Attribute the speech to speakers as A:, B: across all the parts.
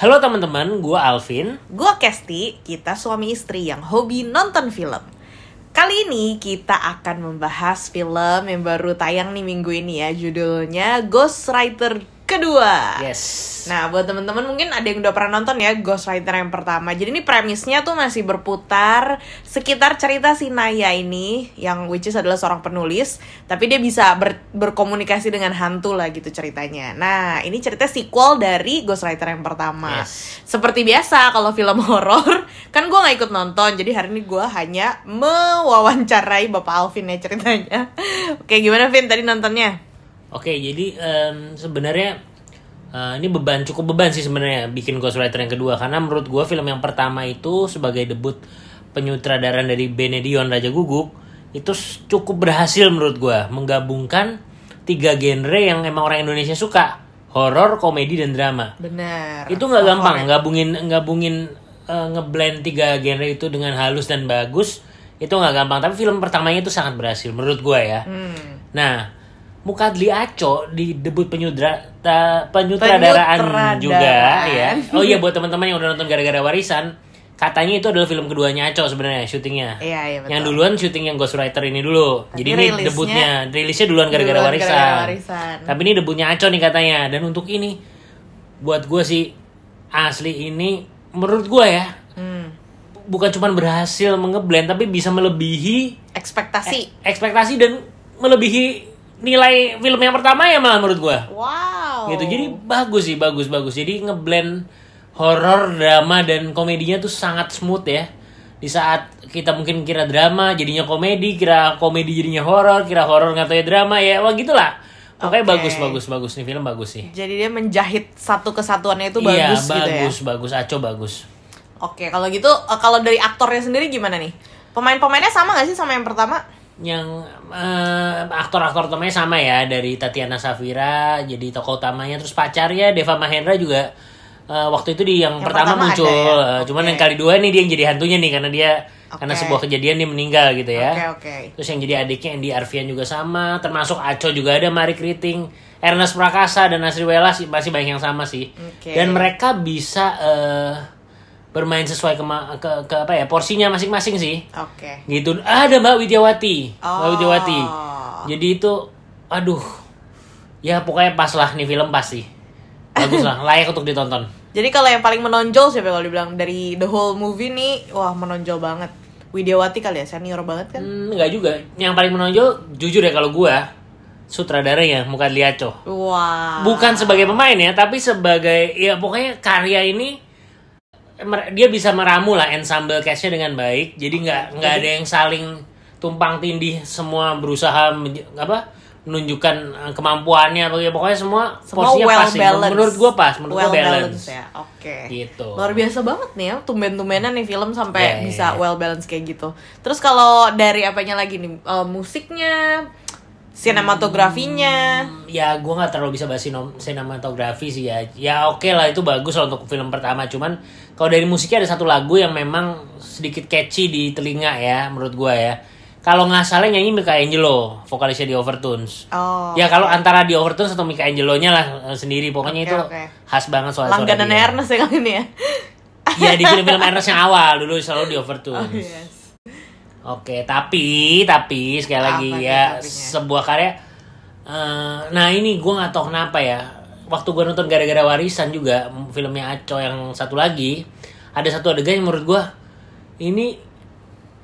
A: Halo teman-teman, gue Alvin.
B: Gue Kesti, kita suami istri yang hobi nonton film. Kali ini kita akan membahas film yang baru tayang nih minggu ini ya, judulnya Ghostwriter kedua.
A: Yes.
B: Nah, buat temen-temen mungkin ada yang udah pernah nonton ya Ghostwriter yang pertama. Jadi ini premisnya tuh masih berputar sekitar cerita si Naya ini yang which is adalah seorang penulis, tapi dia bisa ber- berkomunikasi dengan hantu lah gitu ceritanya. Nah, ini cerita sequel dari Ghostwriter yang pertama.
A: Yes.
B: Seperti biasa kalau film horor kan gue nggak ikut nonton, jadi hari ini gue hanya mewawancarai Bapak Alvin ya ceritanya. Oke, gimana Vin tadi nontonnya?
A: Oke, jadi em, sebenarnya eh, ini beban cukup beban sih sebenarnya bikin Ghostwriter yang kedua karena menurut gue film yang pertama itu sebagai debut penyutradaran dari Benedion Raja Guguk itu s- cukup berhasil menurut gue menggabungkan tiga genre yang emang orang Indonesia suka horor, komedi dan drama.
B: Bener.
A: itu nggak gampang
B: Favorit.
A: gabungin gabungin eh, ngeblend tiga genre itu dengan halus dan bagus itu nggak gampang tapi film pertamanya itu sangat berhasil menurut gua ya
B: Hmm.
A: nah Mukadli Aco di debut penyudra ta- penyutradaraan
B: Penyutradaraan.
A: juga ya oh iya buat teman-teman yang udah nonton gara-gara warisan katanya itu adalah film keduanya Aco sebenarnya syutingnya
B: Iya, iya betul.
A: yang duluan syuting yang Ghostwriter ini dulu.
B: Tapi
A: Jadi ini
B: rilisnya-
A: debutnya, rilisnya duluan gara-gara
B: Duluan
A: warisan.
B: gara-gara warisan.
A: Tapi ini debutnya Aco nih katanya. Dan untuk ini buat gue sih asli ini menurut gue ya
B: Hmm.
A: bukan cuma berhasil mengeblend tapi bisa melebihi
B: ekspektasi.
A: ekspektasi dan melebihi nilai film yang pertama ya malah menurut gue.
B: Wow.
A: Gitu. Jadi bagus sih, bagus bagus. Jadi ngeblend horor, drama dan komedinya tuh sangat smooth ya. Di saat kita mungkin kira drama jadinya komedi, kira komedi jadinya horor, kira horor ngatanya drama ya. Wah, gitulah. Pokoknya
B: Oke.
A: bagus bagus bagus nih film bagus sih.
B: Jadi dia menjahit satu kesatuannya itu
A: iya,
B: bagus gitu ya.
A: bagus bagus Aco bagus.
B: Oke, kalau gitu eh, kalau dari aktornya sendiri gimana nih? Pemain-pemainnya sama gak sih sama yang pertama?
A: Yang eh, aktor-aktor utamanya sama ya dari Tatiana Safira jadi tokoh utamanya terus pacarnya Deva Mahendra juga eh, waktu itu di yang,
B: Yang
A: pertama,
B: pertama ada
A: muncul.
B: ya?
A: Eh, Cuman
B: Oke.
A: yang kali dua ini dia yang jadi hantunya nih karena dia karena
B: Oke.
A: sebuah kejadian dia meninggal gitu ya.
B: Oke, oke.
A: Terus yang jadi adiknya Andy Arfian juga sama, termasuk Aco juga ada, Mari Kriting, Ernest Prakasa dan Nasri Wela sih masih banyak yang sama sih.
B: Oke.
A: Dan mereka bisa eh, bermain sesuai kema- ke, ke apa ya porsinya masing-masing sih.
B: Oke.
A: Gitu. Ada Mbak Widiawati, Mbak
B: Oh.
A: Widiawati. Jadi itu aduh. Ya pokoknya pas lah nih film pasti. Bagus lah, layak untuk ditonton.
B: Jadi kalau yang paling menonjol siapa kalau dibilang dari the whole movie nih, wah menonjol banget. Widiawati kali ya, senior banget kan?
A: Hmm, enggak juga. Yang paling menonjol jujur ya kalau gua sutradaranya Mukadli Aco.
B: Wah.
A: bukan sebagai pemain ya tapi sebagai ya pokoknya karya ini mer- dia bisa meramu lah ensemble castnya dengan baik jadi nggak nggak ada yang saling tumpang tindih semua berusaha menj- apa menunjukkan eh, kemampuannya Pokoknya- pokoknya semua,
B: Semua
A: porsinya
B: well
A: pas sih.
B: balanced.
A: menurut gua pas menurut
B: well
A: gua balance,
B: ya. Oke.
A: Gitu.
B: Luar biasa banget nih ya, tumben-tumbenan nih film sampai
A: Iya, iya,
B: bisa
A: iya.
B: well balance kayak gitu. Terus kalau dari apanya lagi nih? Eh, musiknya, sinematografinya.
A: Hmm, ya gua nggak terlalu bisa bahas sinom- sinematografi sih ya ya oke lah itu bagus lah untuk film pertama cuman kalau dari musiknya ada satu lagu yang memang sedikit catchy di telinga ya menurut gua ya kalau nggak salah nyanyi Mika Angelo vokalisnya di Overtones
B: Oh.
A: ya kalau antara di Overtones atau Mika Angelo-nya lah eh, sendiri pokoknya
B: Oke,
A: itu
B: oke.
A: khas banget soal suara
B: langganan
A: dia.
B: Ernest ya kali ini ya.
A: Iya di film-film Ernest yang awal dulu selalu di Overtones.
B: Oh, yes.
A: Oke, tapi tapi sekali
B: Apa
A: lagi
B: tuh
A: ya
B: tapinya?
A: sebuah karya. eh, nah ini gue nggak tahu kenapa ya. Waktu gue nonton gara-gara warisan juga m- filmnya Aco yang satu lagi, ada satu adegan yang menurut gue ini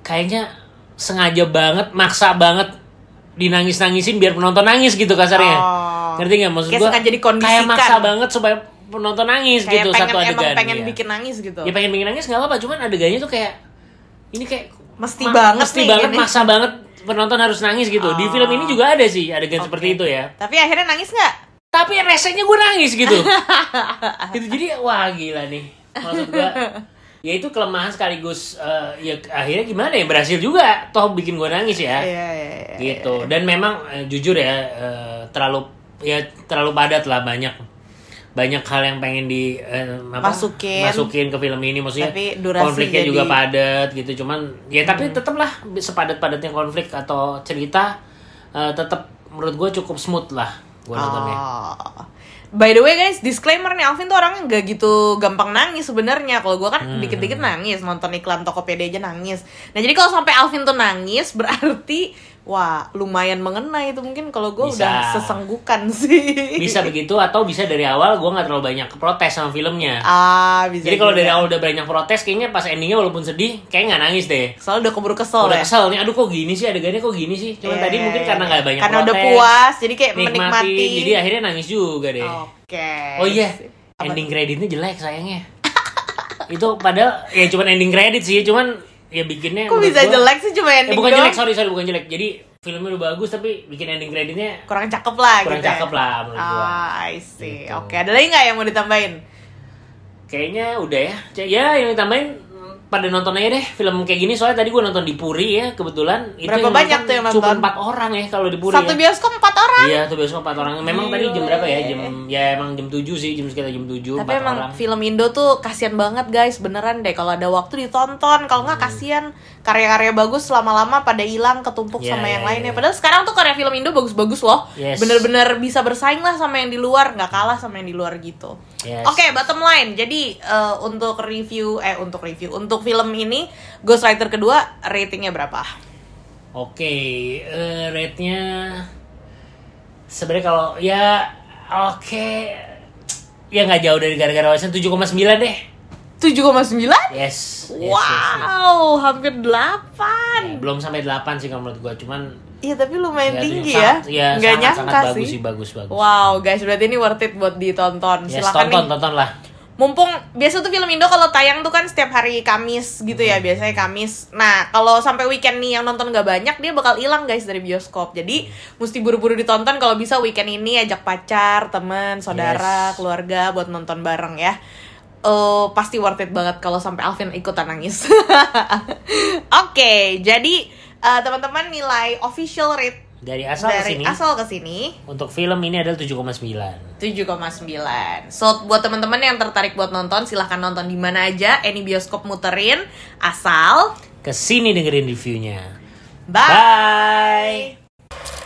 A: kayaknya sengaja banget, maksa banget dinangis-nangisin biar penonton nangis gitu kasarnya.
B: Oh.
A: Ngerti nggak maksud
B: Kayak
A: gue?
B: sengaja dikondisikan.
A: Kayak maksa banget supaya penonton nangis
B: Kayak
A: gitu
B: pengen
A: satu adegan.
B: emang pengen
A: iya.
B: bikin nangis gitu.
A: Ya pengen bikin nangis nggak apa-apa, cuman adegannya tuh kayak ini kayak
B: Mesti banget
A: mesti
B: nih
A: banget
B: ini.
A: maksa banget penonton harus nangis gitu. Di film ini juga ada sih adegan seperti itu ya.
B: Tapi akhirnya nangis nggak?
A: Tapi resenya gue nangis gitu. gitu jadi wah gila nih. Maksud gue ya itu kelemahan sekaligus eh, ya akhirnya gimana ya berhasil juga toh bikin gue nangis ya
B: Iya, iya, iya.
A: gitu dan memang eh, jujur ya eh, terlalu ya terlalu padat lah banyak banyak hal yang pengen di eh, apa,
B: Masukin.
A: masukin ke film ini maksudnya
B: Tapi durasi
A: konfliknya
B: jadi- Hmm.
A: juga padat gitu cuman ya tapi tetaplah sepadat padatnya konflik atau cerita eh, tetap menurut gue cukup smooth lah gue nontonnya
B: Oh. By the way guys, disclaimer nih Alvin tuh orangnya nggak gitu gampang nangis sebenarnya. Kalau gua kan
A: Hmm.
B: dikit-dikit nangis, nonton iklan Tokopedia aja nangis. Nah, jadi kalau sampai Alvin tuh nangis berarti wah, lumayan mengena itu mungkin kalau gua
A: Bisa.
B: udah sesenggukan sih.
A: bisa begitu atau bisa dari awal gue nggak terlalu banyak protes sama filmnya
B: Ah, bisa.
A: jadi kalau
B: juga.
A: dari awal udah banyak protes kayaknya pas endingnya walaupun sedih kayak nggak nangis deh
B: soalnya udah keburu kesel
A: udah
B: ya.
A: kesel nih aduh kok gini sih adegannya kok gini sih cuman
B: Iya,
A: tadi
B: iya,
A: mungkin
B: iya.
A: karena nggak banyak
B: Karena
A: protes
B: udah puas, jadi kayak
A: nikmatin,
B: menikmati.
A: jadi akhirnya nangis juga deh
B: Oke.
A: oh iya ending kreditnya jelek sayangnya itu padahal ya cuman ending kredit sih cuman ya bikinnya
B: Kok
A: menurut
B: bisa
A: gua-
B: jelek sih cuma
A: eh,
B: ending
A: bukan
B: doang?
A: jelek sorry sorry bukan jelek jadi filmnya udah bagus tapi bikin ending kreditnya
B: Kurang cakep lah
A: kurang
B: gitu. ya.
A: cakep lah menurut gua
B: Ah, I
A: Gitu.
B: see. Oke, ada lagi nggak yang mau ditambahin?
A: kayaknya udah ya C- ya yang ditambahin mm, pada nonton aja deh film kayak gini soalnya tadi gue nonton di Puri ya kebetulan itu
B: Berapa banyak tuh yang
A: cuma
B: nonton?
A: empat orang ya kalau di Puri
B: Satu
A: ya.
B: bioskop empat orang.
A: Iya, tuh biasanya empat orang. Memang tadi jam
B: Gile.
A: berapa ya? Jam ya emang jam 7 sih, jam sekitar jam 7
B: iya. Tapi
A: Iya, empat
B: emang
A: orang.
B: film Indo tuh kasihan banget guys, beneran deh kalau ada waktu ditonton, kalau
A: Hmm.
B: nggak kasihan karya-karya bagus lama-lama pada hilang ketumpuk
A: Iya,
B: sama
A: iya,
B: yang
A: iya.
B: lainnya. Padahal sekarang tuh karya film Indo bagus-bagus loh,
A: Yes.
B: bener-bener bisa bersaing lah sama yang di luar, nggak kalah sama yang di luar gitu.
A: Yes.
B: Oke, bottom line. Jadi eh, untuk review, eh untuk review, untuk film ini Ghostwriter kedua ratingnya berapa?
A: Oke, eh rate-nya sebenarnya kalau ya oke ya nggak jauh dari gara-gara wawasan 7,9 deh.
B: 7,9?
A: Yes. yes, yes, yes.
B: Wow, hampir 8.
A: Ya, belum sampai 8 sih kalau menurut gua, cuman
B: Iya tapi lumayan
A: ya,
B: tinggi
A: sangat-
B: ya,
A: ya,
B: nggak
A: sangat,
B: nyangka
A: sangat bagus
B: sih.
A: sih, bagus bagus.
B: Wow guys berarti ini worth it buat ditonton.
A: Yes,
B: Silahkan
A: tonton,
B: nih.
A: tonton lah.
B: Mumpung biasa tuh film Indo kalau tayang tuh kan setiap hari Kamis gitu ya
A: Hmm.
B: biasanya Kamis. Nah kalau sampai weekend nih yang nonton nggak banyak dia bakal hilang guys dari bioskop. Jadi
A: Hmm.
B: mesti buru-buru ditonton kalau bisa weekend ini ajak pacar, teman, saudara,
A: Yes.
B: keluarga buat nonton bareng ya. Eh, pasti worth it banget kalau sampai Alvin ikutan nangis. Oke, jadi eh, teman-teman nilai official rate
A: Dari asal ke
B: dari
A: sini
B: asal ke sini
A: untuk film ini adalah 7,9.
B: 7,9. So buat teman-teman yang tertarik buat nonton silahkan nonton di mana aja, any bioskop muterin asal
A: Kesini dengerin reviewnya.
B: bye.
A: Bye.